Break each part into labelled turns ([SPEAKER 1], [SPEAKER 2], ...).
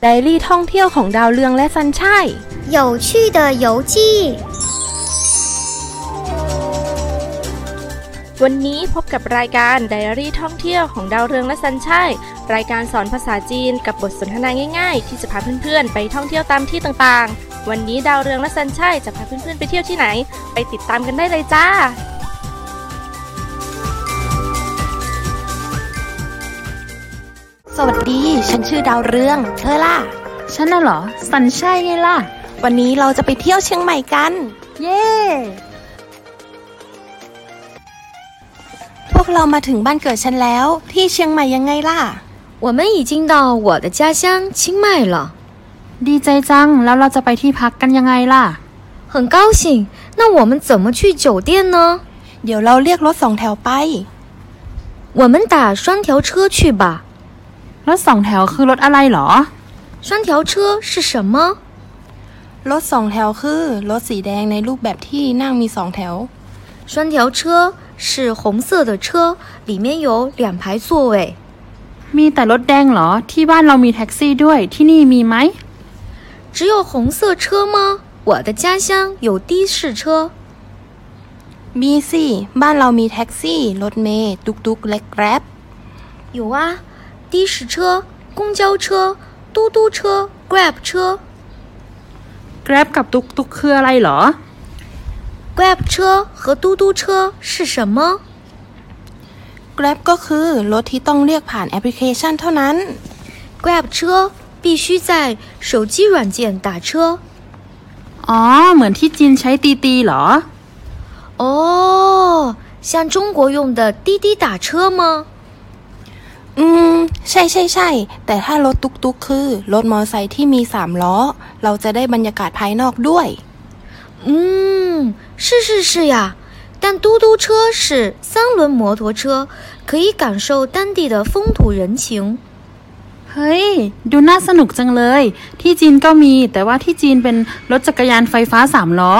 [SPEAKER 1] ไดอารี่ท่องเที่ยวของดาวเรืองและซันชัย
[SPEAKER 2] 有趣的游记。
[SPEAKER 1] วันนี้พบกับรายการไดอารี่ท่องเที่ยวของดาวเรืองและซันชัยรายการสอนภาษาจีนกับบทสนทนาง่ายๆ ที่จะพาเพื่อนๆ ไปท่องเที่ยวตามที่ต่างๆ วันนี้ดาวเรืองและซันชัยจะพาเพื่อนๆไปเที่ยวที่ไหน ไปติดตามกันได้เลยจ้า
[SPEAKER 3] สวัสดี ฉันชื่อดาวเรือง เธอล่ะ
[SPEAKER 4] ฉันน่ะเหรอ สันใช่ไงล่ะ
[SPEAKER 3] วันนี้เราจะไปเที่ยวเชียงใหม่กัน
[SPEAKER 4] เย่
[SPEAKER 3] พวกเรามาถึงบ้านเกิดฉันแล้ว ที่เชียงใหม่ยังไงล่ะ
[SPEAKER 5] 我们已经到我的家乡清迈了，
[SPEAKER 4] ดีใจจัง แล้วเราจะไปที่พักกันยังไงล่ะ
[SPEAKER 5] 很高兴。那我们怎么去酒店呢？
[SPEAKER 3] เดี๋ยวเราเรียกรถสองแถวไป
[SPEAKER 5] 我们打双条车去吧。
[SPEAKER 4] รถสองแถวคือรถอะไรเหรอ
[SPEAKER 5] 双条车是什么？
[SPEAKER 3] รถสองแถวคือ รถสีแดงในรูปแบบที่นั่งมีสองแถว
[SPEAKER 5] 双条车是红色的车，里面有两排座位。
[SPEAKER 4] มีแต่รถแดงเหรอ ที่บ้านเรามีแท็กซี่ด้วย ที่นี่มีไหม
[SPEAKER 5] 只有红色车吗？我的家乡有的士车。
[SPEAKER 3] มีสิ บ้านเรามีแท็กซี่ รถเมล์ตุกตุกและแกร็บ
[SPEAKER 5] 有啊，的士车、公交车、嘟嘟车、Grab 车。
[SPEAKER 4] Grab กับตุกตุกคืออะไรเหรอ
[SPEAKER 5] Grab 车和嘟嘟车是什么？
[SPEAKER 3] แกร็บก็คือ รถที่ต้องเรียกผ่านแอปพลิเคชันเท่านั้น
[SPEAKER 5] Grab 车必须在手机软件打车。
[SPEAKER 4] อ๋อ เหมือนที่จีนใช้ตีตีเหรอ
[SPEAKER 5] 哦，像中国用的滴滴打车吗？
[SPEAKER 3] อืม ใช่ใช่ใช่ แต่ถ้ารถตุกตุกคือ รถมอเตอร์ไซค์ที่มีสามล้อ เราจะได้บรรยากาศภายนอกด้วย
[SPEAKER 5] 嗯，是是是呀。但嘟嘟车是三轮摩托车，可以感受当地的风土人情。
[SPEAKER 4] เฮ้ย ดูน่าสนุกจังเลย ที่จีนก็มี แต่ว่าที่จีนเป็นรถจักรยานไฟฟ้าสามล้อ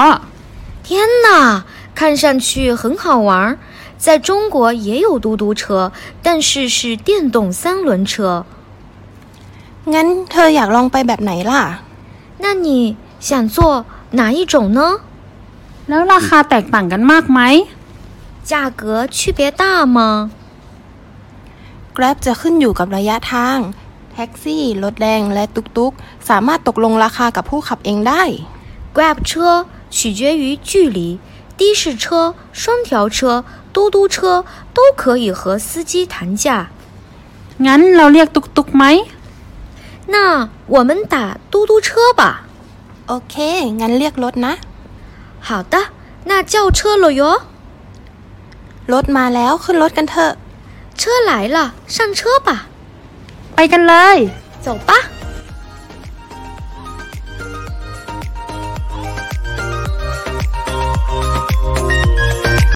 [SPEAKER 5] 天哪，看上去很好玩。在中国也有嘟嘟车，但是是电动三轮车。
[SPEAKER 3] งั้นเธออยากลองไปแบบไหนล่ะ
[SPEAKER 5] 那你想坐哪一种呢？
[SPEAKER 4] แล้วราคาแตกต่างกันมากไหม
[SPEAKER 5] 价格区别大吗？
[SPEAKER 3] Grab จะขึ้นอยู่กับระยะทาง แท็กซี่ รถแดงและตุกตุกสามารถตกลงราคากับผู้ขับเองได้
[SPEAKER 5] Grab 车取决于距离，的士车、双条车、嘟嘟车都可以和司机谈价。
[SPEAKER 4] งั้นเราเรียกตุกตุกไหม
[SPEAKER 5] 那我们打嘟嘟车吧。
[SPEAKER 3] โอเค งั้นเรียกรถนะ
[SPEAKER 5] 好的，那叫车了哟。
[SPEAKER 3] รถมาแล้วขึ้นรถกันเถอะ
[SPEAKER 5] 车来了，上车吧，
[SPEAKER 4] ไปกันเลย
[SPEAKER 5] 走吧。